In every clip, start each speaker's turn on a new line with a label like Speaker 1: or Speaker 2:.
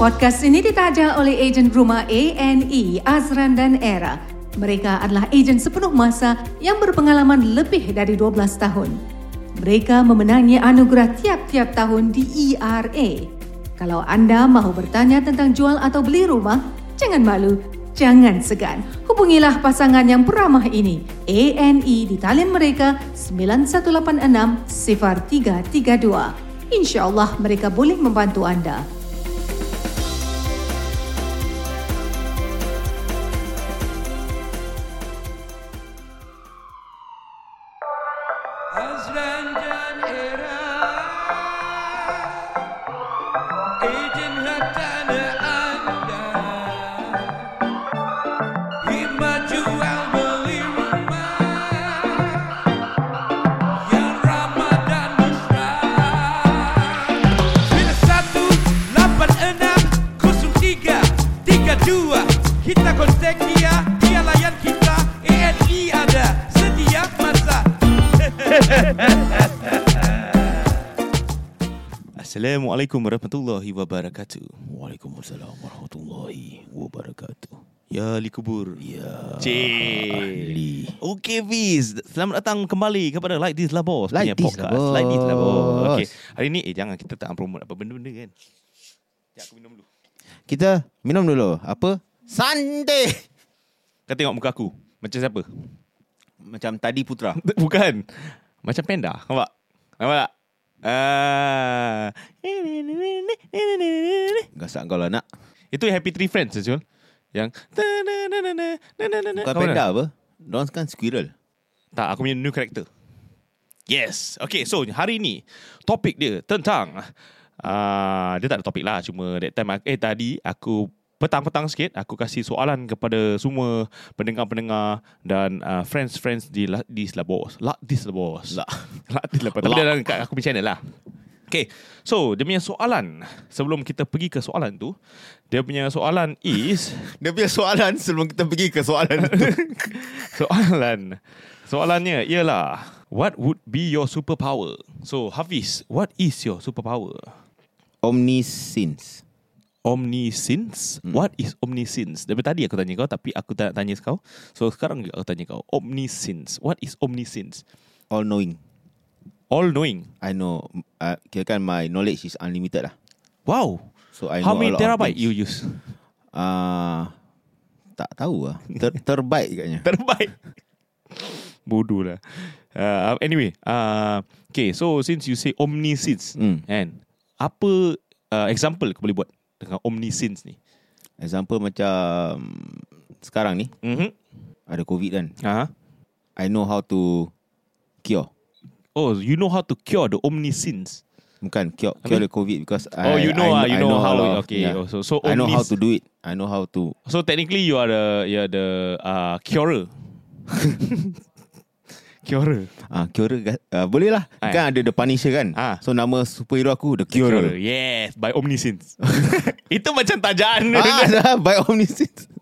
Speaker 1: Podcast ini ditaja oleh ejen rumah ANE, Azran dan Era. Mereka adalah ejen sepenuh masa yang berpengalaman lebih dari 12 tahun. Mereka memenangi anugerah tiap-tiap tahun di ERA. Kalau anda mahu bertanya tentang jual atau beli rumah, jangan malu, jangan segan. Hubungilah pasangan yang peramah ini. ANE di talian mereka 9186 0332. InsyaAllah mereka boleh membantu anda.
Speaker 2: Azran dan Era Izinlah tanah anda Hikmat jual beli rumah Yang ramah dan mesra 91860332 Kita kontak dia Dia layan kita ANI ada setiap masa
Speaker 3: Assalamualaikum warahmatullahi wabarakatuh.
Speaker 4: Waalaikumsalam warahmatullahi wabarakatuh.
Speaker 3: Ya Ali Kubur.
Speaker 4: Ya.
Speaker 3: Cik.
Speaker 4: Ahli.
Speaker 3: Okey Fiz, selamat datang kembali kepada Like This Lah Bos
Speaker 4: Like
Speaker 3: punya
Speaker 4: This
Speaker 3: podcast.
Speaker 4: Lah Bos.
Speaker 3: Like This Lah Bos. Okey, hari ni eh jangan kita tak promote apa benda-benda kan. Sekejap aku minum dulu.
Speaker 4: Kita minum dulu. Apa? Sunday.
Speaker 3: Kau tengok muka aku. Macam siapa?
Speaker 4: Macam tadi putra.
Speaker 3: Bukan. Macam panda. Nampak? Nampak tak? Ah.
Speaker 4: Gasak kau lah nak.
Speaker 3: Itu Happy Tree Friends, Azul. Yang
Speaker 4: Bukan
Speaker 3: Bukan
Speaker 4: panda Eh, apa? Diorang kan squirrel.
Speaker 3: Tak, aku punya new character. Yes. Okay, so hari ni topik dia tentang uh, dia tak ada topik lah cuma that time eh tadi aku petang-petang sikit aku kasih soalan kepada semua pendengar-pendengar dan uh, friends-friends di La- di Labos. La di Labos.
Speaker 4: La.
Speaker 3: La di Labos. Tapi
Speaker 4: La.
Speaker 3: dia dalam kat aku punya channel lah. Okay, so dia punya soalan sebelum kita pergi ke soalan tu, dia punya soalan is
Speaker 4: Dia punya soalan sebelum kita pergi ke soalan itu.
Speaker 3: Soalan Soalannya ialah What would be your superpower? So Hafiz What is your superpower?
Speaker 4: Omniscience.
Speaker 3: Omniscience hmm. What is omniscience? Dari tadi aku tanya kau Tapi aku tak nak tanya kau So sekarang juga aku tanya kau Omniscience What is omniscience?
Speaker 4: All knowing.
Speaker 3: All knowing
Speaker 4: I know. Uh, kira kan my knowledge is unlimited lah.
Speaker 3: Wow
Speaker 4: So I
Speaker 3: How
Speaker 4: know
Speaker 3: many
Speaker 4: a lot of
Speaker 3: terabyte
Speaker 4: things.
Speaker 3: you use?
Speaker 4: Ah, tak tahu lah. Ter, terbaik katnya.
Speaker 3: Terabyte Bodoh lah uh, Anyway uh, Okay so since you say omniscience
Speaker 4: Hmm.
Speaker 3: And Apa uh, Example kau boleh buat Dengan omniscience ni
Speaker 4: Example macam sekarang ni
Speaker 3: Mm-hmm.
Speaker 4: ada COVID kan.
Speaker 3: Uh-huh.
Speaker 4: I know how to cure.
Speaker 3: Oh, you know how to cure the omniscience.
Speaker 4: Bukan cure, cure the COVID because
Speaker 3: Oh,
Speaker 4: I,
Speaker 3: you know, ah,
Speaker 4: I,
Speaker 3: you
Speaker 4: I
Speaker 3: know how
Speaker 4: a lot
Speaker 3: it-
Speaker 4: of-
Speaker 3: okay, oh, so- so
Speaker 4: ya. I know
Speaker 3: omnis-
Speaker 4: how to do it. I know how to.
Speaker 3: So technically, you are the you are the uh, curer. curer.
Speaker 4: Ah, cure uh, boleh lah.
Speaker 3: Ah.
Speaker 4: Kan ada the Punisher kan.
Speaker 3: Ah.
Speaker 4: So nama superhero aku the Cure.
Speaker 3: Yes, by omniscience. Itu macam tajaan.
Speaker 4: ah, dah by omniscience.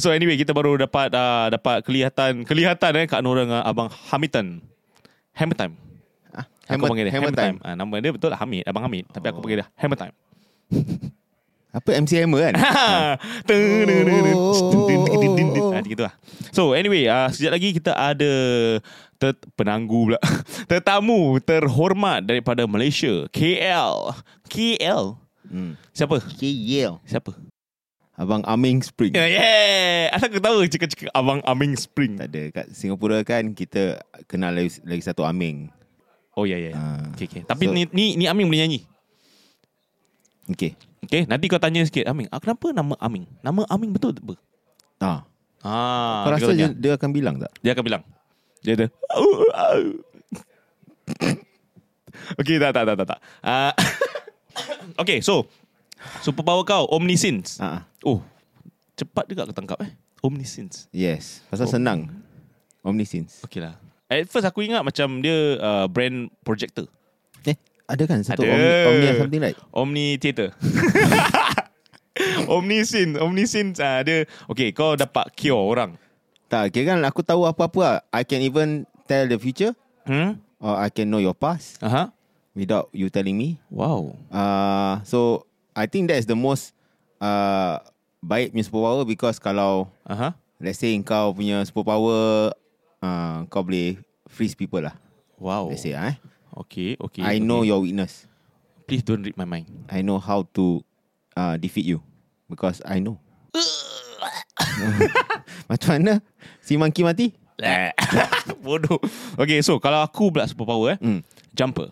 Speaker 3: So anyway, kita baru dapat uh, dapat kelihatan kelihatan eh kat orang uh, abang Hamitan. Hammer time.
Speaker 4: Ah,
Speaker 3: Aku
Speaker 4: hammer,
Speaker 3: panggil dia
Speaker 4: hammer time. Oh.
Speaker 3: Ah, nama dia betul lah Hamid, abang Hamid, tapi aku panggil dia Hammer time.
Speaker 4: Apa MC Hammer kan?
Speaker 3: Ah, gitu lah. So anyway, uh, sekejap lagi kita ada ter, penanggu pula. Tetamu terhormat daripada Malaysia, KL. KL.
Speaker 4: hmm.
Speaker 3: Siapa?
Speaker 4: Okay, yeah.
Speaker 3: Siapa?
Speaker 4: Abang Aming Spring.
Speaker 3: Yeah, yeah. Asal aku tahu cakap-cakap Abang Aming Spring.
Speaker 4: Tak ada kat Singapura kan kita kenal lagi, lagi satu Aming.
Speaker 3: Oh ya yeah, ya. Yeah.
Speaker 4: Ah.
Speaker 3: Okay, okay. Tapi
Speaker 4: So-
Speaker 3: ni, ni ni Aming boleh nyanyi.
Speaker 4: Okay.
Speaker 3: Okay, nanti kau tanya sikit Aming. Ah, kenapa nama Aming? Nama Aming betul tak apa?
Speaker 4: Ah,
Speaker 3: Ah, dia
Speaker 4: kau rasa
Speaker 3: kata-
Speaker 4: dia, dia akan bilang tak?
Speaker 3: Dia akan bilang Dia ada Okay tak tak tak tak, tak. Uh, Okay so Superpower kau Omniscience
Speaker 4: Ah, ah.
Speaker 3: Oh Cepat juga aku tangkap eh Omniscience
Speaker 4: yes. Pasal
Speaker 3: Oh.
Speaker 4: senang. Omniscience.
Speaker 3: Okay lah At first aku ingat macam dia uh, Brand projector
Speaker 4: Eh, ada kan satu
Speaker 3: Ada.
Speaker 4: Omni, Omni or something right?
Speaker 3: Omni theater Omniscience Omniscience uh, Dia Okay kau dapat cure orang
Speaker 4: Tak, kira kan aku tahu apa-apa lah. I can even tell the future
Speaker 3: Hmm
Speaker 4: or I can know your past
Speaker 3: Aha.
Speaker 4: without you telling me.
Speaker 3: Wow
Speaker 4: Uh, so, I think that is the most uh, baik punya superpower because kalau
Speaker 3: Aha.
Speaker 4: let's say kau punya superpower uh, kau boleh freeze people lah.
Speaker 3: Wow.
Speaker 4: Let's say ah, eh.
Speaker 3: Okay, Oh. okay.
Speaker 4: I know your weakness.
Speaker 3: Please don't read my mind.
Speaker 4: I know how to uh, defeat you because I know. Macam mana si monkey mati?
Speaker 3: Bodoh. Okay, so kalau aku pula superpower eh,
Speaker 4: Hmm.
Speaker 3: jumper.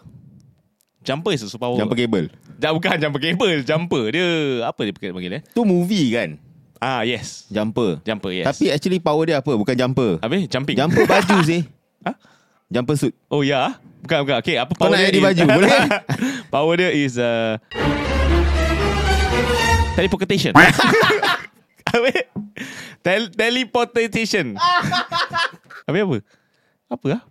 Speaker 3: Jumper is a superpower.
Speaker 4: Jumper cable.
Speaker 3: Ja, bukan jumper cable, jumper. Dia apa dia panggil panggil eh?
Speaker 4: Tu movie kan?
Speaker 3: Ah, yes.
Speaker 4: Jumper.
Speaker 3: Jumper, yes.
Speaker 4: Tapi actually power dia apa? Bukan jumper.
Speaker 3: Habis jumping.
Speaker 4: Jumper baju sih.
Speaker 3: Ha?
Speaker 4: Jumper suit.
Speaker 3: Oh ya. Bukan bukan. Okay, apa
Speaker 4: Kau
Speaker 3: power
Speaker 4: nak
Speaker 3: dia?
Speaker 4: jadi
Speaker 3: is-
Speaker 4: baju, boleh?
Speaker 3: power dia is uh, teleportation. Habis tel- teleportation. Habis apa? Apa ah?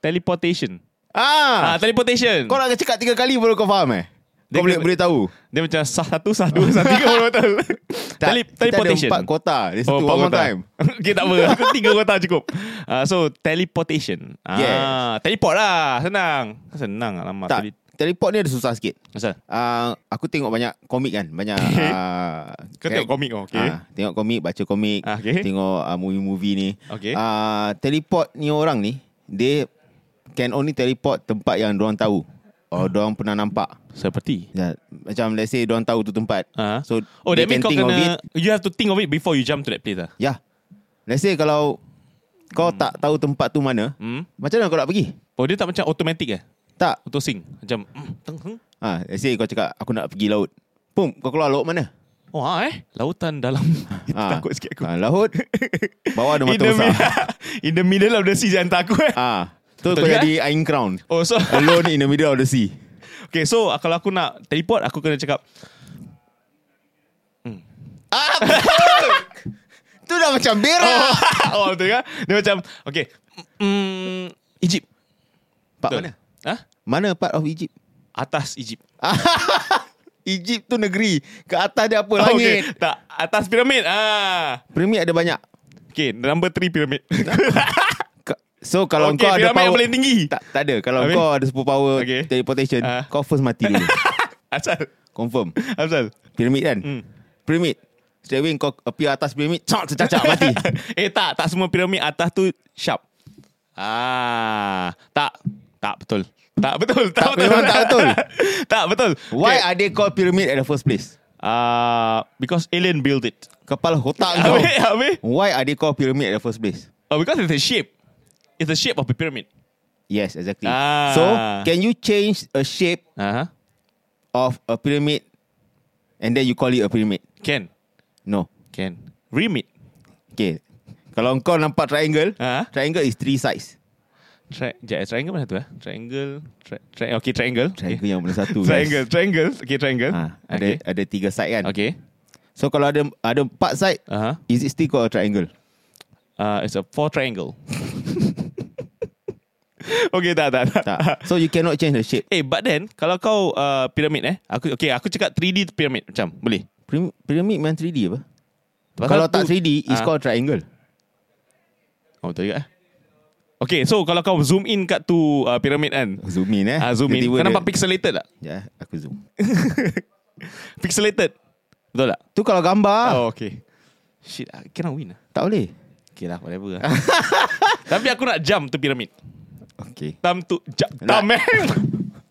Speaker 3: Teleportation. Ah,
Speaker 4: Ah,
Speaker 3: teleportation.
Speaker 4: kau nak cakap tiga kali baru kau faham eh?
Speaker 3: Dia
Speaker 4: Kau boleh
Speaker 3: kena-
Speaker 4: boleh tahu.
Speaker 3: Dia macam sah satu, sah dua, sah tiga baru betul.
Speaker 4: Tak,
Speaker 3: Tele-
Speaker 4: Kita
Speaker 3: teleportation. Oh,
Speaker 4: ada empat kota. Dia satu
Speaker 3: empat
Speaker 4: one more
Speaker 3: kotak.
Speaker 4: time.
Speaker 3: okay, tak apa. Aku tiga kotak cukup. Uh, so, teleportation. Ah,
Speaker 4: Yes.
Speaker 3: Teleport lah. Senang. Senang lah. Lama.
Speaker 4: Tak, teleport ni ada susah sikit.
Speaker 3: Asal?
Speaker 4: Uh, aku tengok banyak komik kan. Banyak.
Speaker 3: Okay.
Speaker 4: Uh,
Speaker 3: Kau tengok komik oh, okay.
Speaker 4: Ah, tengok komik, baca komik,
Speaker 3: Ah, okay.
Speaker 4: tengok uh, movie-movie ni.
Speaker 3: Okay.
Speaker 4: Ah, teleport ni orang ni, they can only teleport tempat yang diorang tahu. Or diorang pernah nampak.
Speaker 3: Seperti.
Speaker 4: Ya, macam let's say diorang tahu tu tempat.
Speaker 3: Ah.
Speaker 4: So,
Speaker 3: oh, that
Speaker 4: they
Speaker 3: means
Speaker 4: can
Speaker 3: kau
Speaker 4: think of
Speaker 3: kena... You have to think of it before you jump to that place lah.
Speaker 4: Ya. Let's say kalau kau tak tahu tempat tu mana,
Speaker 3: Hmm.
Speaker 4: macam mana kau nak pergi?
Speaker 3: Oh, dia tak macam automatic eh?
Speaker 4: Tak.
Speaker 3: Auto sync. Macam... Mm, teng, teng.
Speaker 4: Ha, let's say kau cakap aku nak pergi laut. Pum, kau keluar laut mana?
Speaker 3: Oh, ha, eh? Lautan dalam...
Speaker 4: Ha.
Speaker 3: Takut sikit aku.
Speaker 4: Ha, laut. Bawah ada
Speaker 3: In
Speaker 4: mata
Speaker 3: the,
Speaker 4: besar.
Speaker 3: mi- in the middle of the sea jangan takut eh.
Speaker 4: Ha. Tu
Speaker 3: Betul
Speaker 4: kau
Speaker 3: juga,
Speaker 4: jadi Iron Crown.
Speaker 3: Oh, so...
Speaker 4: Alone in the middle of the sea.
Speaker 3: Okay, so ah, kalau aku nak teleport, aku kena cakap,
Speaker 4: Tu dah macam berak.
Speaker 3: oh, betul kan? Dia macam, okay, mm, Egypt.
Speaker 4: Part
Speaker 3: Betul.
Speaker 4: mana?
Speaker 3: Ha?
Speaker 4: Mana part of Egypt?
Speaker 3: Atas Egypt.
Speaker 4: Egypt tu negeri. Ke atas dia apa?
Speaker 3: Oh, okay.
Speaker 4: Langit.
Speaker 3: Tak, atas piramid. Ah.
Speaker 4: Piramid ada banyak.
Speaker 3: Okay, number three piramid.
Speaker 4: Ka- So kalau
Speaker 3: Okay,
Speaker 4: kau ada
Speaker 3: piramid yang
Speaker 4: power
Speaker 3: paling tinggi.
Speaker 4: Tak, tak ada. Kalau
Speaker 3: Habis?
Speaker 4: kau ada superpower
Speaker 3: Okay.
Speaker 4: teleportation,
Speaker 3: Ah.
Speaker 4: kau first mati dulu.
Speaker 3: Asal?
Speaker 4: Confirm.
Speaker 3: Asal?
Speaker 4: Piramid kan?
Speaker 3: Hmm.
Speaker 4: Piramid. Straight away kau appear atas piramid, cak tercacak mati.
Speaker 3: eh, tak. Tak semua piramid atas tu sharp. Ah. Tak. Tak betul. Tak betul. Tak,
Speaker 4: Tak,
Speaker 3: betul.
Speaker 4: memang tak betul.
Speaker 3: tak betul.
Speaker 4: Why
Speaker 3: Okay.
Speaker 4: are they called pyramid at the first place?
Speaker 3: Ah, because alien built it.
Speaker 4: Kepala otak kau.
Speaker 3: Habis, habis.
Speaker 4: Why are they called pyramid at the first place?
Speaker 3: Oh, because it's a shape. It's a shape of a pyramid.
Speaker 4: Yes, exactly.
Speaker 3: Ah.
Speaker 4: So, can you change a shape
Speaker 3: Uh-huh.
Speaker 4: of a pyramid and then you call it a pyramid?
Speaker 3: Can.
Speaker 4: No.
Speaker 3: Can. Remit.
Speaker 4: Okay. Kalau kau nampak triangle,
Speaker 3: Ah.
Speaker 4: triangle is three sides.
Speaker 3: Tri- Sekejap, triangle mana tu eh? Triangle. Tri- tri- okay, triangle.
Speaker 4: Triangle
Speaker 3: okay.
Speaker 4: yang mana satu.
Speaker 3: Triangle.
Speaker 4: Guys.
Speaker 3: Triangle. Okay, triangle.
Speaker 4: Ha, ada
Speaker 3: okay.
Speaker 4: ada tiga side kan.
Speaker 3: Okay.
Speaker 4: So kalau ada ada empat side,
Speaker 3: Uh-huh.
Speaker 4: is it still called a triangle?
Speaker 3: Uh, it's a four triangle. okay, tak, tak, tak.
Speaker 4: Tak. so you cannot change the shape.
Speaker 3: Eh, but then, kalau kau uh, pyramid eh, aku okay, aku cakap 3D pyramid macam, boleh?
Speaker 4: Pyram- Pyramid memang 3D apa?
Speaker 3: Pasal
Speaker 4: Kalau
Speaker 3: tu-
Speaker 4: tak 3D, it's
Speaker 3: Ah.
Speaker 4: called triangle.
Speaker 3: Oh, betul juga eh. Okay, so kalau kau zoom in kat tu uh, pyramid kan,
Speaker 4: Zoom in eh.
Speaker 3: ah, zoom in,
Speaker 4: Tiba-tiba
Speaker 3: kau
Speaker 4: dia-
Speaker 3: nampak pixelated tak?
Speaker 4: Ya, aku zoom.
Speaker 3: Pixelated. Betul tak?
Speaker 4: Tu kalau gambar,
Speaker 3: Oh, okay. Shit, I cannot win lah.
Speaker 4: tak boleh.
Speaker 3: Okay lah, whatever lah. Tapi aku nak jump tu piramid.
Speaker 4: Okay.
Speaker 3: Tam tu, jump, tam eh.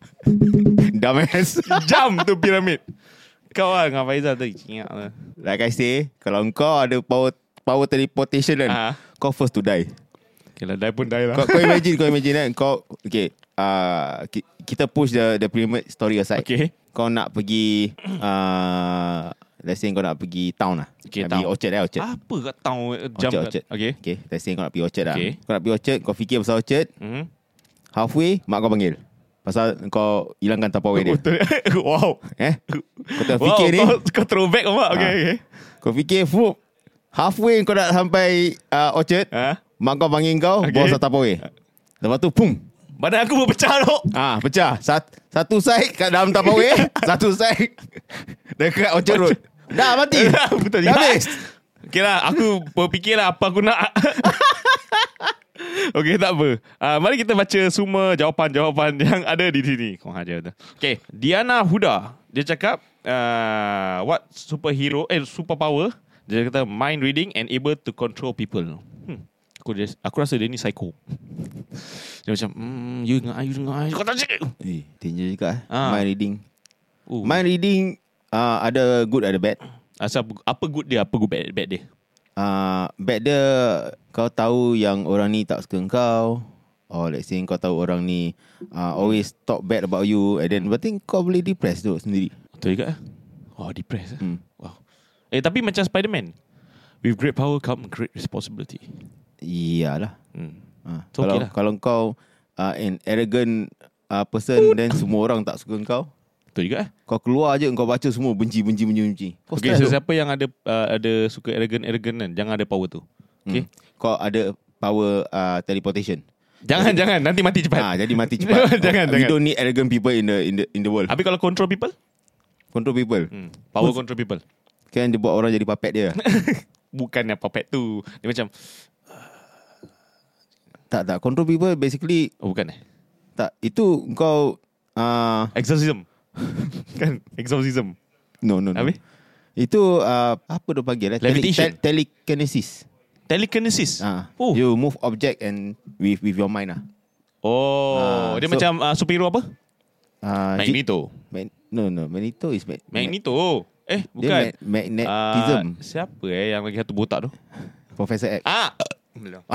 Speaker 4: Dumbass.
Speaker 3: jump tu piramid. Kau lah dengan Faizal tadi, cingak lah.
Speaker 4: like I say, kalau kau ada power power teleportation kan,
Speaker 3: Ah.
Speaker 4: kau first to die.
Speaker 3: Okay lah, die pun die lah.
Speaker 4: Kau, kau imagine, kau imagine kan, kau, okay, uh, ki- kita push the the pyramid story aside.
Speaker 3: Okay.
Speaker 4: Kau nak pergi, uh, let's say kau nak pergi town lah.
Speaker 3: Okay,
Speaker 4: nak pergi
Speaker 3: town.
Speaker 4: Orchard lah, Orchard.
Speaker 3: Apa kat tahu eh, jump
Speaker 4: Orchard,
Speaker 3: kat-
Speaker 4: Orchard.
Speaker 3: Okay.
Speaker 4: okay. Let's say kau nak pergi Orchard lah.
Speaker 3: Okay.
Speaker 4: Kau nak pergi Orchard, kau fikir pasal Orchard,
Speaker 3: Hmm.
Speaker 4: halfway, mak kau panggil. Pasal kau hilangkan tapaway dia.
Speaker 3: Betul. wow.
Speaker 4: Eh? Kau tengah
Speaker 3: Wow,
Speaker 4: fikir ni.
Speaker 3: kau, kau throwback apa? Okay,
Speaker 4: Ah.
Speaker 3: okay.
Speaker 4: Kau fikir fuh, Halfway kau nak sampai uh, Orchard
Speaker 3: Ha?
Speaker 4: Mak kau panggil kau
Speaker 3: Okay.
Speaker 4: okay. Bawa satu away Lepas tu pum
Speaker 3: Badan aku berpecah tu.
Speaker 4: Ah pecah Sat, Satu side kat dalam tapaway Satu side Dekat Orchard Road Dah mati
Speaker 3: Betul juga.
Speaker 4: Dah habis
Speaker 3: Okay lah, aku berfikirlah apa aku nak. Okay, tak apa. Uh, mari kita baca semua jawapan-jawapan yang ada di sini. Kau aja betul. Okay, Diana Huda. Dia cakap, uh, what superhero eh superpower dia kata mind reading and able to control people. Hmm. Aku just, aku rasa dia ni psycho. Dia macam mm, you dengan I, you dengan I. Kau tak cik.
Speaker 4: Eh, danger juga eh.
Speaker 3: Ah.
Speaker 4: Mind reading.
Speaker 3: Oh,
Speaker 4: Mind reading uh, ada good ada bad.
Speaker 3: Asal apa good dia, apa good bad, bad dia.
Speaker 4: Uh, bad dia kau tahu yang orang ni tak suka kau. Or let's say kau tahu orang ni uh, always talk bad about you and then berarti kau boleh depress tu sendiri.
Speaker 3: Betul juga. eh? Oh, depressed. Hmm.
Speaker 4: Hmm.
Speaker 3: Wow. Eh, tapi macam Spider-Man. With great power come great responsibility.
Speaker 4: Iyalah.
Speaker 3: Hmm.
Speaker 4: Ha,
Speaker 3: So, okay
Speaker 4: so kalau okay
Speaker 3: lah.
Speaker 4: kalau kau uh, an arrogant uh, person then semua orang tak suka kau,
Speaker 3: Betul juga eh?
Speaker 4: kau keluar aje kau baca semua benci benci benci benci. Kau
Speaker 3: Okay,
Speaker 4: okay,
Speaker 3: so
Speaker 4: stres. So,
Speaker 3: siapa yang ada uh, ada suka arrogant-arrogant kan, jangan ada power tu. Okay?
Speaker 4: okay. hmm. Kau ada power uh, teleportation.
Speaker 3: Jangan, jangan. Nanti mati cepat.
Speaker 4: Ha, jadi mati cepat.
Speaker 3: Jangan,
Speaker 4: We
Speaker 3: jangan.
Speaker 4: don't need arrogant people in the in the in the world.
Speaker 3: Habis kalau control people?
Speaker 4: Control people.
Speaker 3: Hmm. Power control people.
Speaker 4: Kan dia buat orang jadi puppet dia.
Speaker 3: Bukan yang puppet tu. Dia macam,
Speaker 4: tak tak control people basically
Speaker 3: oh bukan eh?
Speaker 4: tak itu kau uh,
Speaker 3: Exorcism. kan? Exorcism.
Speaker 4: no no no.
Speaker 3: Habis?
Speaker 4: Itu uh, apa dia panggil eh? Tele-
Speaker 3: Levitation.
Speaker 4: te- telekinesis.
Speaker 3: Telekinesis.
Speaker 4: Ah,
Speaker 3: Oh.
Speaker 4: You move object and with with your mind lah.
Speaker 3: oh.
Speaker 4: Ah,
Speaker 3: dia
Speaker 4: so-
Speaker 3: macam uh, superhero apa?
Speaker 4: Uh,
Speaker 3: Magneto.
Speaker 4: Man, no no Magneto is ma-
Speaker 3: Magneto. Eh,
Speaker 4: ma- dia
Speaker 3: bukan.
Speaker 4: ma- magnetism
Speaker 3: Ah, siapa eh yang lagi satu botak tu?
Speaker 4: Professor X.
Speaker 3: Ah. Belum.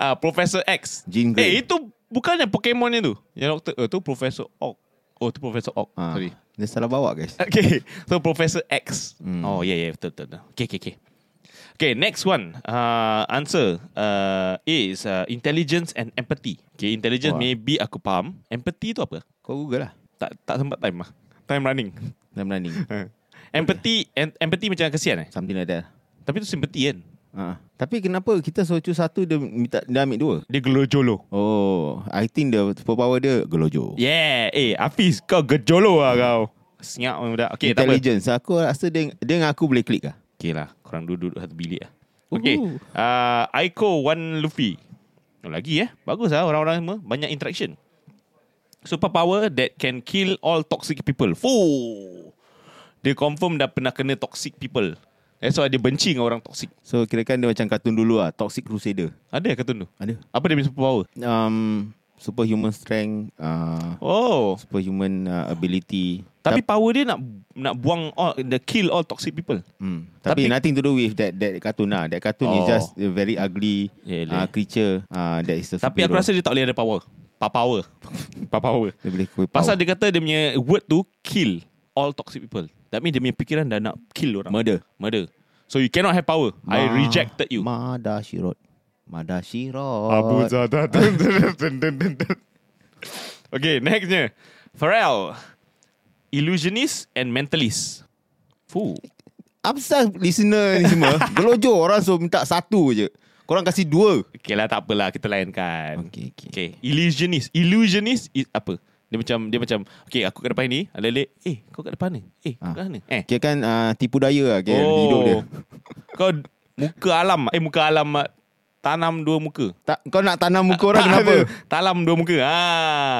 Speaker 3: ah, Professor X.
Speaker 4: Jean
Speaker 3: Eh,
Speaker 4: Grey.
Speaker 3: itu bukannya Pokemon yang tu. Yang doktor eh, tu Professor Oak. Oh, tu Professor Oak.
Speaker 4: Ah,
Speaker 3: Sorry.
Speaker 4: Dia salah bawa guys.
Speaker 3: Okay. So Professor X.
Speaker 4: Hmm.
Speaker 3: Oh, yeah, yeah, betul betul. betul. Okay, okay, okay. Okay, next one. Uh, answer uh, is uh, intelligence and empathy. Okay, intelligence
Speaker 4: Wah.
Speaker 3: maybe aku faham. Empathy tu apa?
Speaker 4: Kau Google lah.
Speaker 3: Tak tak sempat time lah. Time running.
Speaker 4: Dalam running.
Speaker 3: empathy en- empathy macam kesian eh.
Speaker 4: Something like that.
Speaker 3: Tapi tu sympathy kan.
Speaker 4: Ah, tapi kenapa kita suruh choose satu dia minta dia ambil dua?
Speaker 3: Dia gelojolo.
Speaker 4: Oh, I think the superpower dia gelojo.
Speaker 3: Yeah, eh Hafiz kau gejolo lah kau. Senyap orang budak. Okay, tak apa.
Speaker 4: Intelligence. Aku rasa dia, dia dengan aku boleh klik lah.
Speaker 3: Okay lah, korang duduk satu bilik lah. Okay,
Speaker 4: Uhu.
Speaker 3: uh, Aiko One Luffy. Oh, Lagi eh, bagus lah orang-orang semua. Banyak interaction. Superpower that can kill all toxic people. Fuh. Dia confirm dah pernah kena toxic people. That's why dia benci dengan orang toxic.
Speaker 4: So kira kan dia macam kartun dulu lah. Toxic Crusader.
Speaker 3: Ada kata tu?
Speaker 4: Ada.
Speaker 3: Apa dia punya superpower?
Speaker 4: Um, superhuman strength. Uh,
Speaker 3: Oh,
Speaker 4: superhuman uh, ability.
Speaker 3: tapi power dia nak nak buang all, the kill all toxic people.
Speaker 4: Hmm. Tapi,
Speaker 3: Tapi-
Speaker 4: nothing to do with that that cartoon lah. That cartoon is
Speaker 3: Oh.
Speaker 4: just a very ugly
Speaker 3: Yelah.
Speaker 4: uh, creature uh, that is the
Speaker 3: Tapi aku rasa dia tak boleh ada power. Pa power. Pa power.
Speaker 4: dia boleh kuih
Speaker 3: Pasal dia kata dia punya word tu kill all toxic people. That means dia punya fikiran dah nak kill orang.
Speaker 4: Murder.
Speaker 3: Murder. So you cannot have power. Ma- I rejected you. Ma-
Speaker 4: Mada Shirot. Mada Shirot.
Speaker 3: Zada. okay, nextnya. Pharrell. Illusionist and mentalist. Fuh.
Speaker 4: Apsal listener ni semua. Gelojo orang suruh minta satu je. Korang kasih dua.
Speaker 3: Okay lah, tak apalah. Kita layankan.
Speaker 4: Okay, okay.
Speaker 3: Okay. Illusionist. Illusionist is apa? Dia macam, dia macam, okay, aku kat depan ni. Alele, eh, kau kat depan ni. Eh, kau
Speaker 4: Ah.
Speaker 3: kat mana? Eh,
Speaker 4: Kira kan uh, tipu daya lah kira oh. hidup dia.
Speaker 3: Kau muka alam. Eh muka alam ah, tanam dua muka.
Speaker 4: Tak, kau nak tanam muka orang
Speaker 3: Tak
Speaker 4: kenapa?
Speaker 3: ada. Tanam dua muka. Ha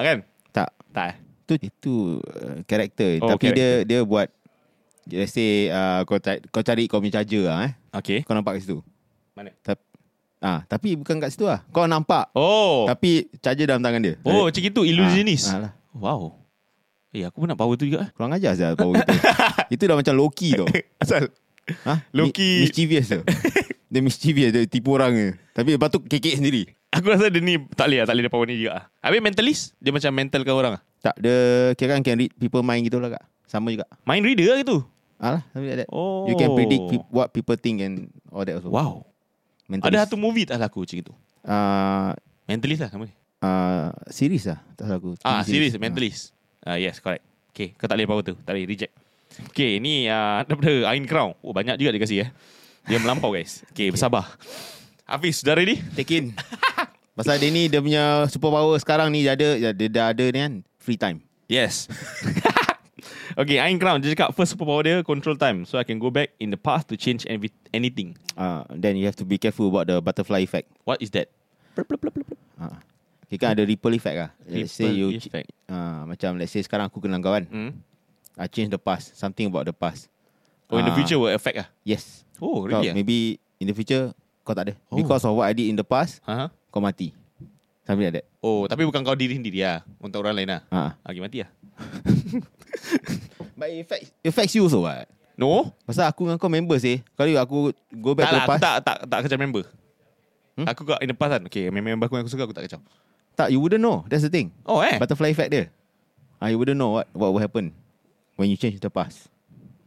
Speaker 3: kan?
Speaker 4: Tak.
Speaker 3: Tak. eh?
Speaker 4: Itu itu uh, karakter.
Speaker 3: Oh,
Speaker 4: Oh, Tapi character. dia dia buat let's say uh, kau, cari, kau cari kau punya charger lah eh.
Speaker 3: Okay.
Speaker 4: Kau nampak kat situ.
Speaker 3: Mana?
Speaker 4: Tapi, ah, tapi bukan kat situ lah. Kau nampak.
Speaker 3: Oh.
Speaker 4: Tapi charger dalam tangan dia.
Speaker 3: Oh, macam itu illusionist.
Speaker 4: Ah, ah lah.
Speaker 3: Wow. Eh aku pun nak power tu juga. eh.
Speaker 4: Kurang ajar saya power kita. Itu dah macam Loki tau.
Speaker 3: Asal
Speaker 4: Ha?
Speaker 3: Loki-
Speaker 4: Mi- mischievous tau. dia mischievous. Dia tipu orang je. Tapi lepas tu kekek sendiri.
Speaker 3: aku rasa dia ni tak boleh lah, tak boleh dia power ni juga. ah. Habis mentalist, dia macam mental kau orang ah.
Speaker 4: Tak, dia kira kan can read people mind gitu lah kak. Sama juga.
Speaker 3: Mind reader lah gitu.
Speaker 4: Alah, something like that.
Speaker 3: Oh.
Speaker 4: You can predict pe- what people think and all that also.
Speaker 3: Wow.
Speaker 4: Mentalist.
Speaker 3: Ada satu movie tak salah aku macam itu.
Speaker 4: uh,
Speaker 3: Mentalist lah nama dia.
Speaker 4: uh, series lah. Tak salah aku.
Speaker 3: Ah,
Speaker 4: TV
Speaker 3: serious mentalist. Ah, yes, correct. Okay, kau tak boleh power tu. Tak boleh reject. Okay, ni uh, daripada Ain Crown. Oh, banyak juga dia kasi eh. Dia melampau guys. Okay, bersabar. Hafiz, sudah ready?
Speaker 4: Ah, Take in. Pasal dia ni, dia punya superpower sekarang ni, dia ada, dia dah ada ni kan, free time.
Speaker 3: Yes. okay, Ain Crown. Dia cakap first superpower dia, control time. So I can go back in the past to change every, anything.
Speaker 4: Uh, then you have to be careful about the butterfly effect.
Speaker 3: What is that?
Speaker 4: Uh, dia kan ada ripple effect lah. Let's say
Speaker 3: Ripple
Speaker 4: you, ah,
Speaker 3: effect.
Speaker 4: Uh, macam let's say sekarang aku kenal kau kan.
Speaker 3: Hmm?
Speaker 4: I change the past. Something about the past.
Speaker 3: Oh, in the
Speaker 4: Ah,
Speaker 3: future will affect ah.
Speaker 4: Yes.
Speaker 3: Oh,
Speaker 4: Kau,
Speaker 3: really? ah?
Speaker 4: Maybe in the future kau tak ada.
Speaker 3: Oh.
Speaker 4: Oh. Because of what I did in the past,
Speaker 3: Ha?
Speaker 4: kau mati. Something like that.
Speaker 3: Oh, tapi bukan kau diri sendiri ah. Untuk orang lain ah.
Speaker 4: Ha.
Speaker 3: Okay, mati ah.
Speaker 4: But it affects, it affects you also what?
Speaker 3: No?
Speaker 4: Pasal aku dengan kau member sih. Kalau aku go back
Speaker 3: Tak
Speaker 4: to
Speaker 3: lah,
Speaker 4: the
Speaker 3: aku
Speaker 4: past.
Speaker 3: tak, tak, tak kacau member.
Speaker 4: Hmm?
Speaker 3: Aku kat in the past kan. Okay, member aku yang aku suka aku tak kacau.
Speaker 4: tak, you wouldn't know. That's the thing.
Speaker 3: Oh eh.
Speaker 4: Butterfly effect dia. Ah, you wouldn't know what what will happen when you change the past.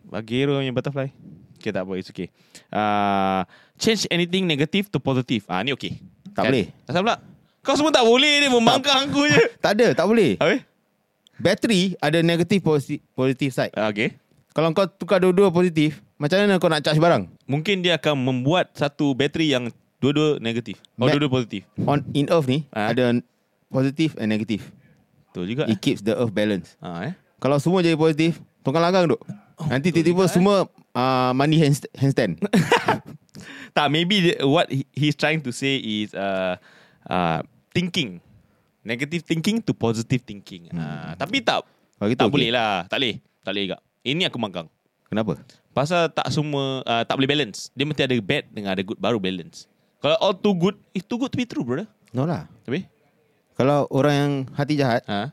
Speaker 3: Bagiro punya butterfly. Okay, tak apa. It's okay. Uh, change anything negative to positive. Ah, ni okay.
Speaker 4: Tak boleh.
Speaker 3: Asal pula? Kau semua tak boleh ni. Membangkang aku je.
Speaker 4: Tak ada, tak boleh.
Speaker 3: Habis?
Speaker 4: Bateri ada negative positive, positive side.
Speaker 3: Ah, Okay.
Speaker 4: Kalau kau tukar dua-dua positif, macam mana kau nak charge barang?
Speaker 3: Mungkin dia akan membuat satu bateri yang dua-dua negatif. Oh,
Speaker 4: Ma-
Speaker 3: dua-dua positif.
Speaker 4: On in earth ni
Speaker 3: Ah.
Speaker 4: ada positif and negative.
Speaker 3: Betul juga.
Speaker 4: It keeps the earth balance.
Speaker 3: Ah, eh.
Speaker 4: Kalau semua jadi positif, tongkang langgang duk. Nanti tiba-tiba semua uh, money hand, handstand.
Speaker 3: Tak, maybe the- what he- he's trying to say is uh, uh, thinking. Negative thinking to positive thinking. Ah, tapi tak,
Speaker 4: Oh, gitu,
Speaker 3: tak
Speaker 4: okay.
Speaker 3: boleh lah. Tak boleh. Tak boleh juga. Ini aku mangkang.
Speaker 4: Kenapa?
Speaker 3: Pasal tak semua uh, tak boleh balance. Dia mesti ada bad dengan ada good baru balance. Kalau all too good, it's too good to be true, brother.
Speaker 4: No lah.
Speaker 3: Tapi,
Speaker 4: Kalau orang yang hati jahat,
Speaker 3: ha,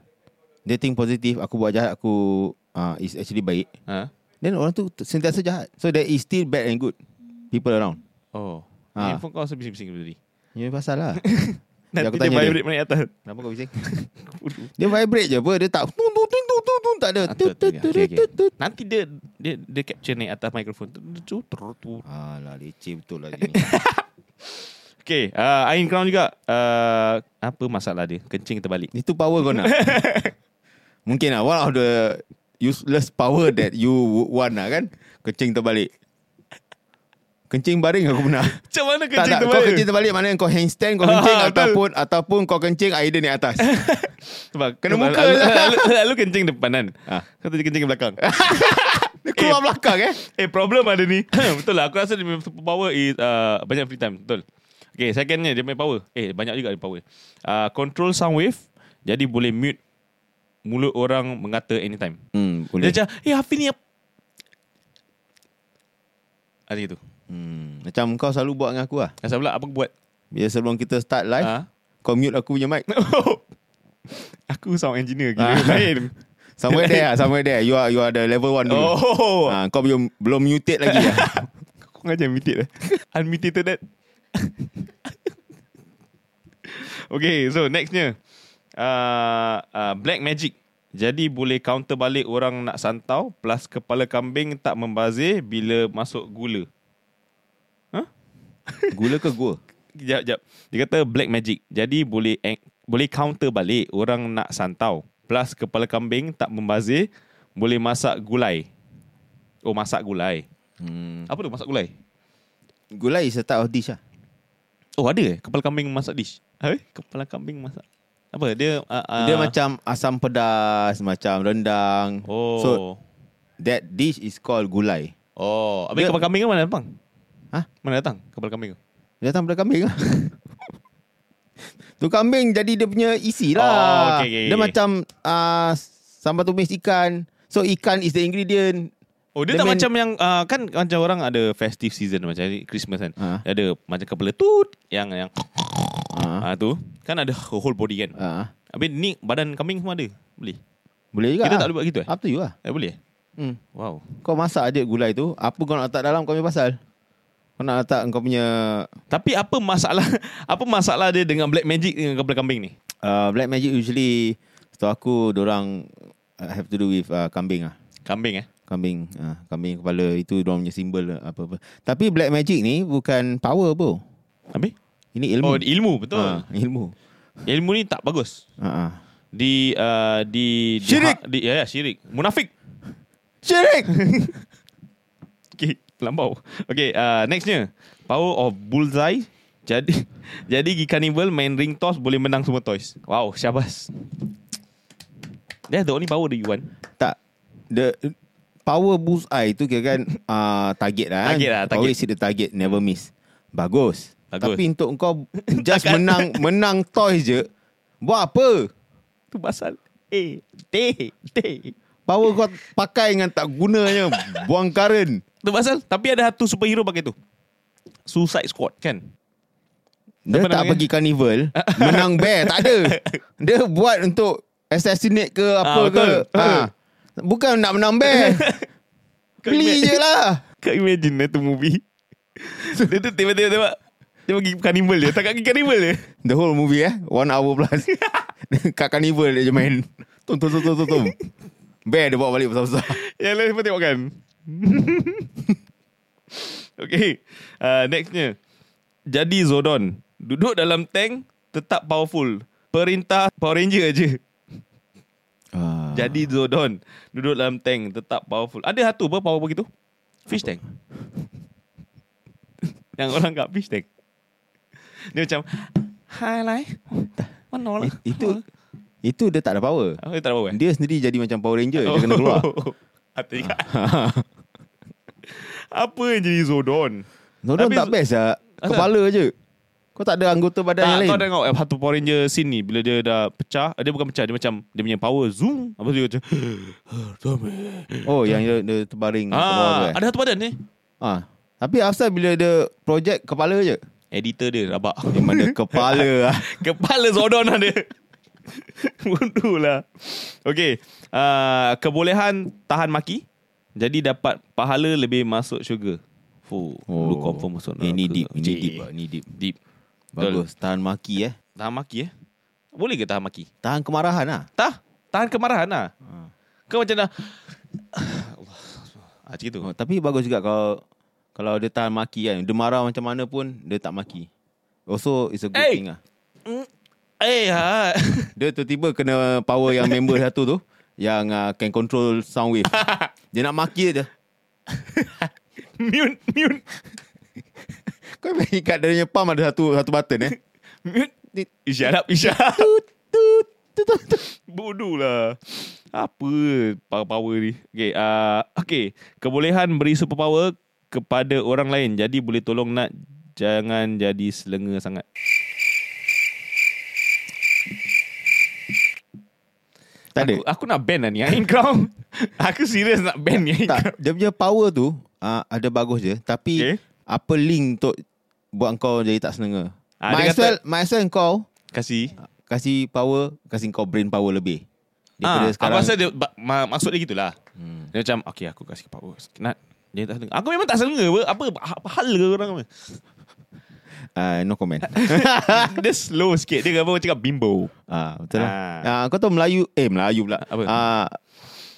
Speaker 4: dia think positif, aku buat jahat, aku uh, is actually baik.
Speaker 3: ha.
Speaker 4: Then orang tu tu- sentiasa jahat. So there is still bad and good people around.
Speaker 3: Oh. Ha.
Speaker 4: Ah.
Speaker 3: Handphone kau bising-bising tadi.
Speaker 4: Ya pasal lah.
Speaker 3: Nanti
Speaker 4: Nanti
Speaker 3: Ya,
Speaker 4: aku
Speaker 3: dia
Speaker 4: tanya dia.
Speaker 3: vibrate naik atas.
Speaker 4: Kenapa kau bising? dia vibrate je apa. Dia tak tung tung tung tung tung tung tak ada.
Speaker 3: Ah, tu,
Speaker 4: Tu
Speaker 3: tu,
Speaker 4: tu
Speaker 3: dia.
Speaker 4: tu
Speaker 3: Okay,
Speaker 4: tu
Speaker 3: okay.
Speaker 4: tu.
Speaker 3: Nanti dia dia dia capture naik atas mikrofon. Tu, tu, tu, tu, tu.
Speaker 4: Alah leceh betul lah ni.
Speaker 3: Okay, uh, Ain Crown juga. Uh, apa masalah dia? Kencing terbalik.
Speaker 4: Itu power kau nak. Mungkin lah one of the useless power that you would want lah kan. Kencing terbalik. Kencing baring aku pernah.
Speaker 3: Macam mana
Speaker 4: tak,
Speaker 3: kencing
Speaker 4: tak, kau
Speaker 3: terbalik?
Speaker 4: kencing terbalik mana kau handstand kau kencing
Speaker 3: Ah, betul.
Speaker 4: ataupun ataupun kau kencing air dia naik atas.
Speaker 3: Sebab,
Speaker 4: Kena
Speaker 3: sebab
Speaker 4: muka
Speaker 3: Lalu,
Speaker 4: je.
Speaker 3: lalu, lalu kencing depan kan?
Speaker 4: Ah.
Speaker 3: Kau tadi kencing belakang.
Speaker 4: Dia keluar belakang eh.
Speaker 3: Eh problem ada ni Betul lah Aku rasa dia punya superpower is uh, Banyak free time Betul Okay secondnya dia punya power Eh banyak juga dia power uh, Control sound wave Jadi boleh mute Mulut orang mengata anytime
Speaker 4: Hmm,
Speaker 3: Dia macam Eh Hafiz ni ap-" Ada gitu
Speaker 4: Hmm, macam kau selalu buat dengan aku lah.
Speaker 3: Asal pula apa aku buat
Speaker 4: Bila sebelum kita start live,
Speaker 3: Ah.
Speaker 4: ha? kau mute aku punya mic.
Speaker 3: Aku sound engineer
Speaker 4: Ah.
Speaker 3: gila Lain
Speaker 4: Somewhere there lah, somewhere there. You are you are the level one dulu.
Speaker 3: Oh
Speaker 4: Ha, kau belum belum mutate lagi lah.
Speaker 3: Kau ngajar mutate lah Unmutated that Okay so nextnya uh, uh, Black magic Jadi boleh counter balik orang nak santau Plus kepala kambing tak membazir Bila masuk gula
Speaker 4: Gula ke gua?
Speaker 3: Kejap kejap Dia kata black magic Jadi boleh en- boleh counter balik orang nak santau Plus kepala kambing tak membazir Boleh masak gulai Oh masak gulai
Speaker 4: Hmm.
Speaker 3: Apa tu masak gulai?
Speaker 4: Gula is a type of dish lah.
Speaker 3: Oh ada eh Kepala kambing masak dish Eh Kepala kambing masak Apa dia uh, uh,
Speaker 4: Dia macam asam pedas, macam rendang.
Speaker 3: Oh
Speaker 4: So that dish is called gulai.
Speaker 3: Oh Habis
Speaker 4: dia-
Speaker 3: kepala kambing kan mana datang?
Speaker 4: Hah?
Speaker 3: Mana datang kepala kambing tu?
Speaker 4: Dia datang pada kambing lah. tu kambing jadi dia punya isi lah.
Speaker 3: Oh, okay, okay,
Speaker 4: dia
Speaker 3: okay.
Speaker 4: macam uh, sambal tumis ikan. So ikan is the ingredient.
Speaker 3: Oh dia
Speaker 4: The
Speaker 3: tak
Speaker 4: main-
Speaker 3: macam yang uh, Kan macam orang ada festive season Macam ni, Christmas kan
Speaker 4: Ha.
Speaker 3: Ada macam kepala tut Yang yang
Speaker 4: Ah.
Speaker 3: uh, tu Kan ada whole body kan
Speaker 4: Ah.
Speaker 3: Habis ni badan kambing semua ada Boleh
Speaker 4: Boleh juga
Speaker 3: Kita
Speaker 4: lah.
Speaker 3: tak boleh buat gitu eh?
Speaker 4: Up to you lah
Speaker 3: Eh boleh
Speaker 4: hmm.
Speaker 3: Wow
Speaker 4: Kau masak aja gulai tu Apa kau nak letak dalam kau punya pasal Kau nak letak kau punya
Speaker 3: Tapi apa masalah Apa masalah dia dengan black magic Dengan kepala kambing ni?
Speaker 4: uh, Black magic usually Setahu aku Diorang uh, Have to do with uh, kambing lah
Speaker 3: Kambing eh
Speaker 4: Kambing uh, Kambing kepala Itu diorang punya simbol lah, apa-apa Tapi black magic ni Bukan power bro
Speaker 3: Habis?
Speaker 4: Ini
Speaker 3: Oh
Speaker 4: ilmu
Speaker 3: ilmu betul
Speaker 4: Ah, Ilmu
Speaker 3: Ilmu ni tak bagus
Speaker 4: Ah, ah.
Speaker 3: di uh, di di-
Speaker 4: Syirik.
Speaker 3: di, ya, ya syirik munafik
Speaker 4: Syirik
Speaker 3: okey lampau okey uh, nextnya power of bullseye jadi jadi gi carnival main ring toss boleh menang semua toys wow syabas that's the only power that you want
Speaker 4: Tak The Power bullseye tu kira kan uh, Target lah kan?
Speaker 3: Target lah, target.
Speaker 4: Always hit the target Never miss Bagus
Speaker 3: Bagus.
Speaker 4: Tapi untuk kau Just
Speaker 3: Takkan.
Speaker 4: menang Menang toys je Buat apa
Speaker 3: tu pasal eh teh teh
Speaker 4: Power kau pakai dengan tak gunanya. Buang current.
Speaker 3: Tu pasal Tapi ada satu superhero pakai tu Suicide Squad kan
Speaker 4: Dia
Speaker 3: Apa
Speaker 4: tak
Speaker 3: namanya?
Speaker 4: pergi carnival Menang bear Tak ada Dia buat untuk Assassinate ke apa ke
Speaker 3: Ah, betul.
Speaker 4: ha. Bukan nak menang bear
Speaker 3: Kau
Speaker 4: Eh,
Speaker 3: imagine-
Speaker 4: Beli je lah
Speaker 3: Kau imagine eh, tu movie Dia tu tiba-tiba tengok Dia pergi carnival je Tak pergi carnival je
Speaker 4: The whole movie eh One hour plus Kat carnival dia je main Tum tum tum tum tum, tum Bear dia bawa balik besar-besar
Speaker 3: Yang lain semua tengok kan Okay uh, Nextnya Jadi Zodon Duduk dalam tank Tetap powerful Perintah Power Ranger je
Speaker 4: ah.
Speaker 3: Jadi Zodon Duduk dalam tank Tetap powerful Ada satu apa power begitu Fish tank Yang orang kat fish tank Dia macam Hai lai Mana lah
Speaker 4: It- Itu Itu dia tak ada power
Speaker 3: Oh, dia tak ada power eh?
Speaker 4: Dia sendiri jadi macam Power Ranger Dia kena keluar
Speaker 3: Hati kat Apa yang jadi Zodon
Speaker 4: Zodon
Speaker 3: Tapi-
Speaker 4: tak best lah
Speaker 3: Asal?
Speaker 4: Kepala je Kau tak ada anggota badan yang
Speaker 3: Tak,
Speaker 4: lain
Speaker 3: kau tengok eh, Satu Power Ranger scene ni Bila dia dah pecah eh, Dia bukan pecah Dia macam Dia punya power Zoom Apa tu dia macam
Speaker 4: Hmm, Oh yang dia, dia terbaring kat bawah tu,
Speaker 3: ah,
Speaker 4: eh?
Speaker 3: Ada satu badan ni
Speaker 4: Ah. Tapi Afsal bila dia project kepala je.
Speaker 3: Editor dia rabak
Speaker 4: Memang dia kepala lah.
Speaker 3: Kepala Zodon ada Bodoh lah Okay uh, Kebolehan Tahan maki Jadi dapat Pahala lebih masuk syurga Fuh oh. Lu confirm masuk neraka
Speaker 4: Ini deep, ini
Speaker 3: Cik.
Speaker 4: deep, lah, ini deep.
Speaker 3: Deep Betul.
Speaker 4: Bagus, tahan maki eh.
Speaker 3: Tahan maki eh Boleh ke tahan maki?
Speaker 4: Tahan kemarahan lah.
Speaker 3: Tah Tahan kemarahan lah
Speaker 4: Ha.
Speaker 3: Kau macam dah Allah Ah, macam itu
Speaker 4: Oh, tapi bagus juga kalau kalau dia tahan maki kan. Dia marah macam mana pun dia tak maki. Also it's a good
Speaker 3: Hey!
Speaker 4: thing lah.
Speaker 3: Eh ha
Speaker 4: Dia tiba-tiba kena power yang member satu tu yang uh, can control sound wave. dia nak maki dia.
Speaker 3: Mute Mute
Speaker 4: Kau imagine kat dia punya pump ada satu satu button eh.
Speaker 3: Mute Shut up Shut up Bodoh lah Apa Power-power ni Okay uh, Okay Kebolehan beri superpower Kepada orang lain Jadi boleh tolong nak Jangan jadi selenga sangat
Speaker 4: Tak ada.
Speaker 3: Aku, aku nak ban lah ni Ain kau Aku serius nak ban ni Ain kau
Speaker 4: tak dia punya power tu uh, ada bagus je tapi
Speaker 3: Okay.
Speaker 4: okay. apa link untuk buat kau jadi tak senenga.
Speaker 3: Ah,
Speaker 4: Ah,
Speaker 3: dia
Speaker 4: might as well, might as well kau
Speaker 3: Kasih
Speaker 4: kasih power, kasih kau brain power lebih.
Speaker 3: Ah,
Speaker 4: Daripada
Speaker 3: ha,
Speaker 4: sekarang.
Speaker 3: Aku rasa dia, ba- ma, maksud dia gitulah. Hmm. Dia macam, okay aku kasih power. Nak, dia tak selenga. Aku memang tak selenga apa. Apa, apa hal ke orang apa?
Speaker 4: Ah, no comment.
Speaker 3: dia slow sikit. Dia apa cakap bimbo.
Speaker 4: ah, betul lah.
Speaker 3: Ah.
Speaker 4: Ah. kau tahu Melayu, eh Melayu pula.
Speaker 3: Apa?
Speaker 4: Ah,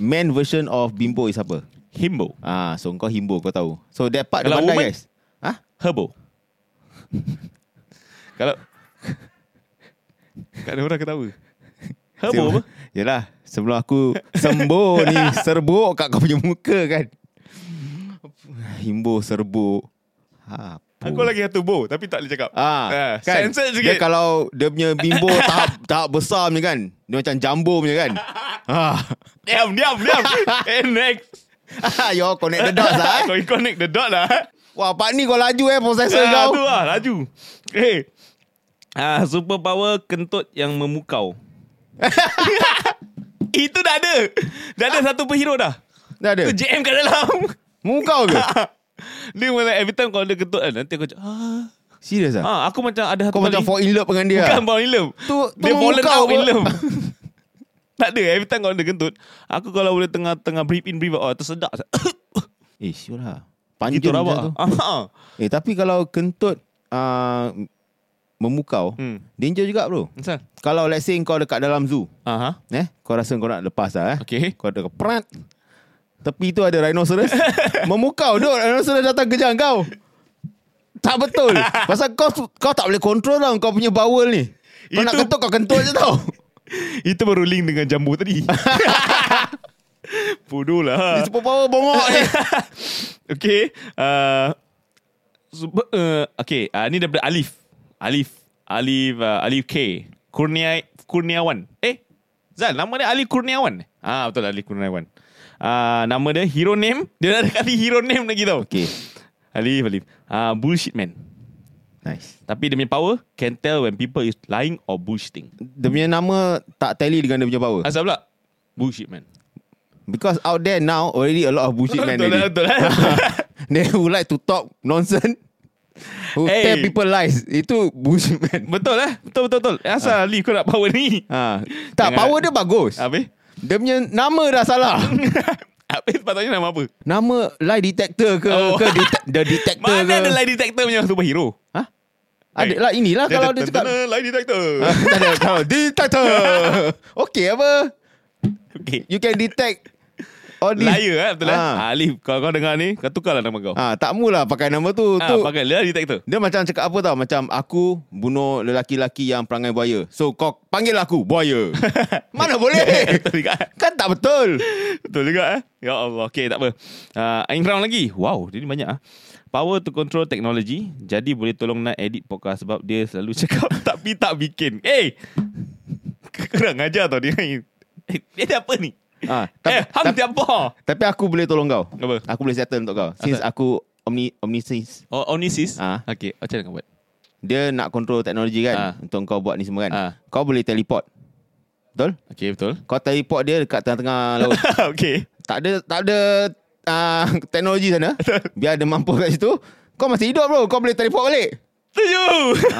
Speaker 4: man version of bimbo is apa?
Speaker 3: Himbo.
Speaker 4: Ah, so kau himbo kau tahu. So that part
Speaker 3: Kalau
Speaker 4: dia pandai
Speaker 3: woman?
Speaker 4: guys. Ha?
Speaker 3: Herbo. Kalau... Kat ada orang ketawa. Herbo apa?
Speaker 4: Yalah, sebelum aku sembuh ni serbuk kat kau punya muka kan. Himbo serbuk. Ha, apa?
Speaker 3: Aku lagi satu bo tapi tak boleh cakap.
Speaker 4: Ah,
Speaker 3: kan? Censored
Speaker 4: Dia
Speaker 3: sikit.
Speaker 4: kalau dia punya bimbo tahap tahap besar punya kan. Dia macam jumbo punya kan. ah.
Speaker 3: Diam, diam, diam. eh, next.
Speaker 4: you all connect the dots lah. Eh.
Speaker 3: Kau connect the dot lah. eh.
Speaker 4: Wah, pak ni kau laju eh prosesor
Speaker 3: Ah,
Speaker 4: kau.
Speaker 3: tu lah, laju. Eh. Ah, superpower kentut yang memukau. Itu dah ada. Dah ada satu superhero dah.
Speaker 4: Dah ada.
Speaker 3: Tu JM kat dalam.
Speaker 4: Muka kau ke?
Speaker 3: dia macam every time kalau dia kentut kan, nanti aku macam, ah.
Speaker 4: Serius ah?
Speaker 3: ah. aku macam ada satu
Speaker 4: Kau macam fall in love dengan dia. ah?
Speaker 3: Bukan fall in love.
Speaker 4: Tu- tu
Speaker 3: dia fallen
Speaker 4: memukau
Speaker 3: out in
Speaker 4: apa?
Speaker 3: love. tak ada. Every time kalau dia kentut, aku kalau boleh tengah-tengah breathe in, breathe out, oh, tersedak.
Speaker 4: Eh, sure lah.
Speaker 3: Gitu
Speaker 4: Panjang macam tu.
Speaker 3: rabak. Ah.
Speaker 4: Eh, tapi kalau kentut uh, memukau,
Speaker 3: Hmm.
Speaker 4: danger juga bro.
Speaker 3: Macam,
Speaker 4: Kalau let's say kau dekat dalam zoo,
Speaker 3: aha.
Speaker 4: eh, kau rasa kau nak lepas lah eh.
Speaker 3: Okay.
Speaker 4: Kau ada perat. Tepi tu ada rhinoceros. Memukau duk rhinoceros datang kejang kau. Tak betul. Pasal kau kau tak boleh control tau kau punya bowel ni. Kau nak
Speaker 3: Itu-
Speaker 4: kentut kau kentut je tau.
Speaker 3: Itu baru link dengan jambu tadi. Bodoh
Speaker 4: Ni
Speaker 3: lah.
Speaker 4: super power bongok ni.
Speaker 3: Okay. Uh, super, uh, okay. Uh, ni daripada Alif. Alif. Alif uh, Alif K. Kurnia, Kurniawan. Eh? Zal, nama dia Alif Kurniawan. Ah betul Alif Kurniawan. Uh, nama dia Hero Name. Dia dah ada kali Hero Name lagi tau.
Speaker 4: Okay.
Speaker 3: Alif, Alif. Uh, bullshit man.
Speaker 4: Nice.
Speaker 3: Tapi dia punya power can tell when people is lying or bullshitting.
Speaker 4: Dia punya nama tak tally dengan dia punya power.
Speaker 3: Asal pula? Bullshit man.
Speaker 4: Because out there now already a lot of bullshit men
Speaker 3: Betul lah,
Speaker 4: already.
Speaker 3: betul lah.
Speaker 4: They who like to talk nonsense, who
Speaker 3: Hey.
Speaker 4: tell people lies. Itu bullshit man.
Speaker 3: Betul lah Betul betul betul Asal Lee kau nak power ni
Speaker 4: Ha.
Speaker 3: Jangan-
Speaker 4: Tak, power dia bagus.
Speaker 3: Habis
Speaker 4: Dia punya nama dah salah.
Speaker 3: Habis patutnya nama apa
Speaker 4: Nama lie detector ke,
Speaker 3: Oh.
Speaker 4: oh. ke dete- the detector ke.
Speaker 3: Mana ada lie detector punya superhero
Speaker 4: Ha? Ada lah
Speaker 3: Ah,
Speaker 4: inilah kalau dia cakap.
Speaker 3: Lie detector
Speaker 4: tak ada kalau detector. Okey apa?
Speaker 3: Okay
Speaker 4: You can detect all this.
Speaker 3: Liar lah betul lah
Speaker 4: Ah.
Speaker 3: ha. Alif Kalau kau dengar ni Kau tukarlah nama kau ha.
Speaker 4: Ah, tak mula pakai nama tu.
Speaker 3: Ha,
Speaker 4: tu
Speaker 3: pakai lie detector
Speaker 4: Dia macam cakap apa tau Macam aku bunuh lelaki-lelaki yang perangai buaya So kau panggil aku buaya Mana boleh
Speaker 3: Betul juga eh?
Speaker 4: Kan tak betul
Speaker 3: Betul juga eh Ya Allah Okay tak apa uh, In ground lagi Wow Jadi banyak ah. Power to control technology Jadi boleh tolong nak edit podcast Sebab dia selalu cakap Tapi tak bikin Eh Kurang ajar tau dia ni Eh, Dia ada apa ni
Speaker 4: ah,
Speaker 3: tapi, Eh
Speaker 4: tapi,
Speaker 3: Hang
Speaker 4: tapi,
Speaker 3: tiap apa
Speaker 4: tapi aku boleh tolong kau
Speaker 3: Apa?
Speaker 4: Aku boleh settle untuk kau Since aku omni, omniscience
Speaker 3: Oh Omnisys
Speaker 4: Ah.
Speaker 3: Okay Macam mana kau buat
Speaker 4: Dia nak control teknologi kan
Speaker 3: Ah.
Speaker 4: Untuk kau buat ni semua kan
Speaker 3: Ah.
Speaker 4: Kau boleh teleport Betul?
Speaker 3: Okay betul
Speaker 4: Kau teleport dia dekat tengah-tengah laut
Speaker 3: Okay
Speaker 4: Tak ada tak ada uh, teknologi sana Biar dia mampu kat situ Kau masih hidup bro Kau boleh teleport balik
Speaker 3: Setuju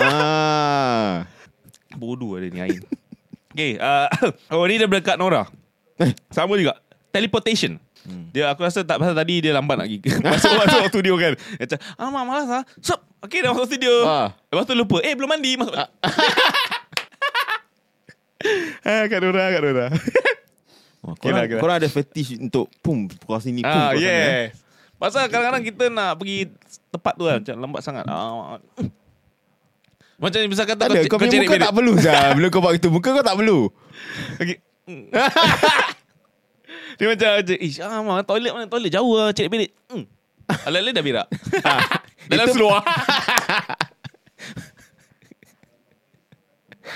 Speaker 4: ah.
Speaker 3: Bodoh ada ni Ain Okay uh, Oh ni dia dekat Nora
Speaker 4: Eh,
Speaker 3: Sama juga Teleportation Dia aku rasa tak pasal tadi Dia lambat nak pergi Masuk masuk studio kan Dia Macam Ah mak malas lah Sup Okay dah masuk studio
Speaker 4: Ah.
Speaker 3: Lepas tu lupa Eh belum mandi Masuk balik Ah, Kak Nora Kak Nora
Speaker 4: Oh,
Speaker 3: Okay lah,
Speaker 4: korang,
Speaker 3: okay lah.
Speaker 4: korang ada fetish untuk pum kau sini pum
Speaker 3: Ah
Speaker 4: kau sana. eh?
Speaker 3: yes Pasal kadang-kadang kita nak pergi Tempat tu lah Macam lambat sangat ah, Macam misal kata
Speaker 4: Tak ada, kau punya
Speaker 3: cari
Speaker 4: muka
Speaker 3: balik.
Speaker 4: tak perlu Zah. Bila kau buat itu, muka kau tak perlu.
Speaker 3: Okay. Mm. dia macam macam, Ish, ah, mak, toilet mana? Toilet jauh lah, cek bilik. Hmm. Alat-alat dah berak. Dalam
Speaker 4: Ah, Itu-
Speaker 3: seluar.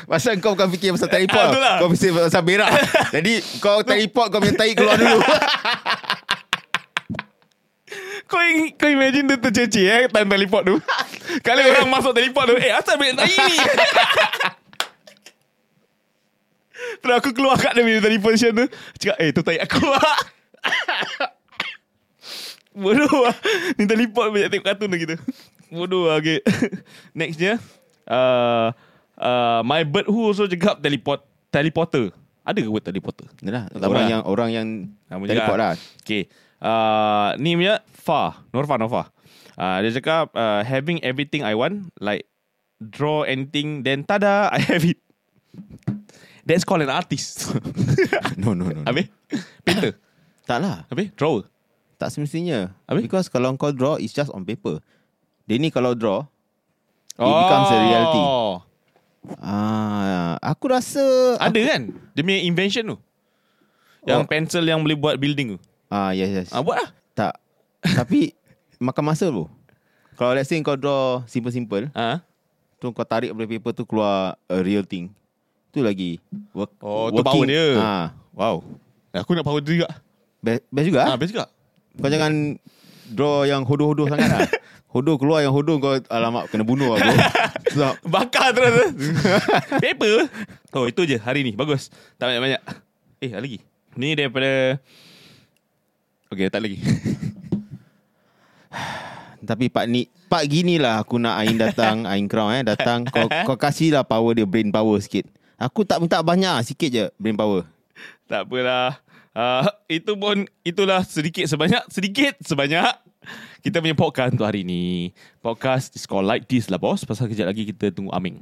Speaker 4: Pasal kau bukan fikir pasal teleport.
Speaker 3: Ah, betul lah.
Speaker 4: kau fikir pasal berak. Jadi, kau teleport, kau punya tahi keluar dulu.
Speaker 3: kau, ing- kau imagine dia terceceh eh, time teleport tu. Kali orang masuk teleport tu, eh, asal bilik tak ini? Terus aku keluar kat dia punya teleportation tu. Cakap, eh, tu tahi aku lah. Bodoh lah Ni teleport banyak tengok kartun dah kita Bodoh lah okay. Nextnya uh, uh, My bird who also cakap teleport Teleporter Ada ke word teleporter?
Speaker 4: Yalah,
Speaker 3: Orang. lah.
Speaker 4: orang yang orang yang
Speaker 3: Nama
Speaker 4: teleport lah.
Speaker 3: Okay uh, Ni punya Fa Norfa Norfa uh, Dia cakap uh, Having everything I want Like Draw anything Then tada I have it That's called an artist
Speaker 4: No, no, no. no.
Speaker 3: Habis Painter
Speaker 4: Tak lah.
Speaker 3: Habis Drawer
Speaker 4: Tak semestinya.
Speaker 3: Habis?
Speaker 4: Because kalau kau draw, it's just on paper. Dia ni kalau draw, it becomes a reality.
Speaker 3: Oh.
Speaker 4: Ah, aku rasa...
Speaker 3: Ada kan Dia punya invention tu Yang
Speaker 4: Oh.
Speaker 3: pencil yang boleh buat building tu
Speaker 4: Ah, yes, yes.
Speaker 3: ah, Buat lah
Speaker 4: Tak. Tapi, makan masa tu. Kalau let's say kau draw simple-simple,
Speaker 3: ah.
Speaker 4: tu kau tarik daripada paper tu keluar a real thing. Tu lagi work,
Speaker 3: Oh, tu power dia.
Speaker 4: Ha,
Speaker 3: Wow Aku nak power dia juga
Speaker 4: best, best juga.
Speaker 3: ah,
Speaker 4: Ha,
Speaker 3: Habis juga
Speaker 4: Kau jangan draw yang hodoh-hodoh sangat lah. Hodoh keluar yang hodoh kau alamak kena bunuh aku. Sebab
Speaker 3: Bakar terus Paper Oh itu je hari ni Bagus Tak banyak-banyak Eh ada lagi Ni daripada Okay tak ada lagi
Speaker 4: tapi Pak ni Pak gini lah aku nak Ain datang, Ain Crown eh datang. Kau kau kasih lah power dia brain power sikit. Aku tak minta banyak lah, sikit je brain power.
Speaker 3: Tak apalah uh, Itu pun Itulah sedikit sebanyak Sedikit sebanyak Kita punya podcast untuk hari ni Podcast is called like this lah bos Pasal kejap lagi kita tunggu Aming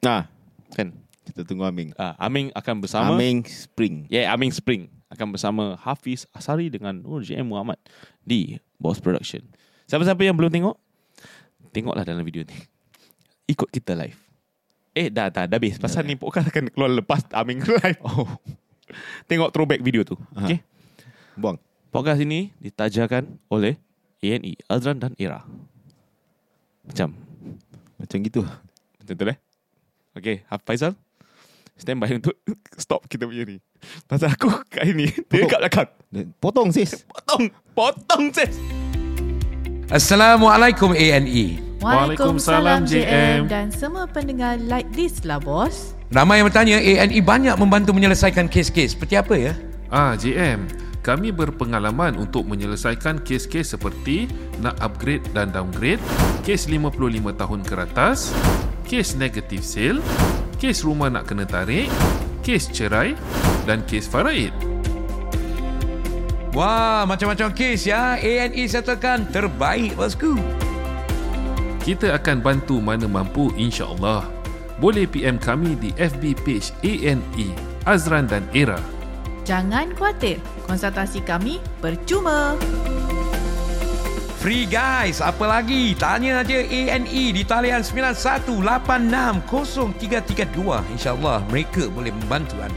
Speaker 4: Nah,
Speaker 3: Kan
Speaker 4: kita tunggu Aming.
Speaker 3: uh, Aming akan bersama
Speaker 4: Aming Spring.
Speaker 3: Ya, yeah, Aming Spring akan bersama Hafiz Asari dengan Nur JM Muhammad di Boss Production. Siapa-siapa yang belum tengok, tengoklah dalam video ni. Ikut kita live. Eh, dah, dah, dah habis. Pasal ni podcast akan keluar lepas Aming live. Oh. Tengok throwback video tu. Ha. Okay?
Speaker 4: Buang.
Speaker 3: Podcast ini ditajakan oleh ANE, Azran dan Ira. Macam,
Speaker 4: Macam gitu.
Speaker 3: macam tu lah. Okay, Haf- Faizal, stand by untuk stop kita punya ni. Pasal aku kat ini, dia kat belakang.
Speaker 4: Dia- Potong sis.
Speaker 3: Potong Potong sis
Speaker 2: Assalamualaikum E. ANE.
Speaker 5: Waalaikumsalam JM
Speaker 6: dan semua pendengar like this lah bos.
Speaker 2: E
Speaker 5: Ramai yang bertanya ANE banyak membantu menyelesaikan kes-kes Seperti apa ya? Ah, JM, kami berpengalaman untuk menyelesaikan kes-kes seperti nak upgrade dan downgrade, kes 55 tahun ke atas, kes negatif sale, kes rumah nak kena tarik, kes cerai dan kes faraid.
Speaker 2: Wah, macam-macam kes ya. A&E settlekan terbaik bosku.
Speaker 5: Kita akan bantu mana mampu insya-Allah. Boleh PM kami di FB page ANE Azran dan Era.
Speaker 6: Jangan khawatir, konsultasi kami percuma.
Speaker 2: Free guys, apa lagi? Tanya aja A&E di talian 91860332. InsyaAllah mereka boleh membantu anda.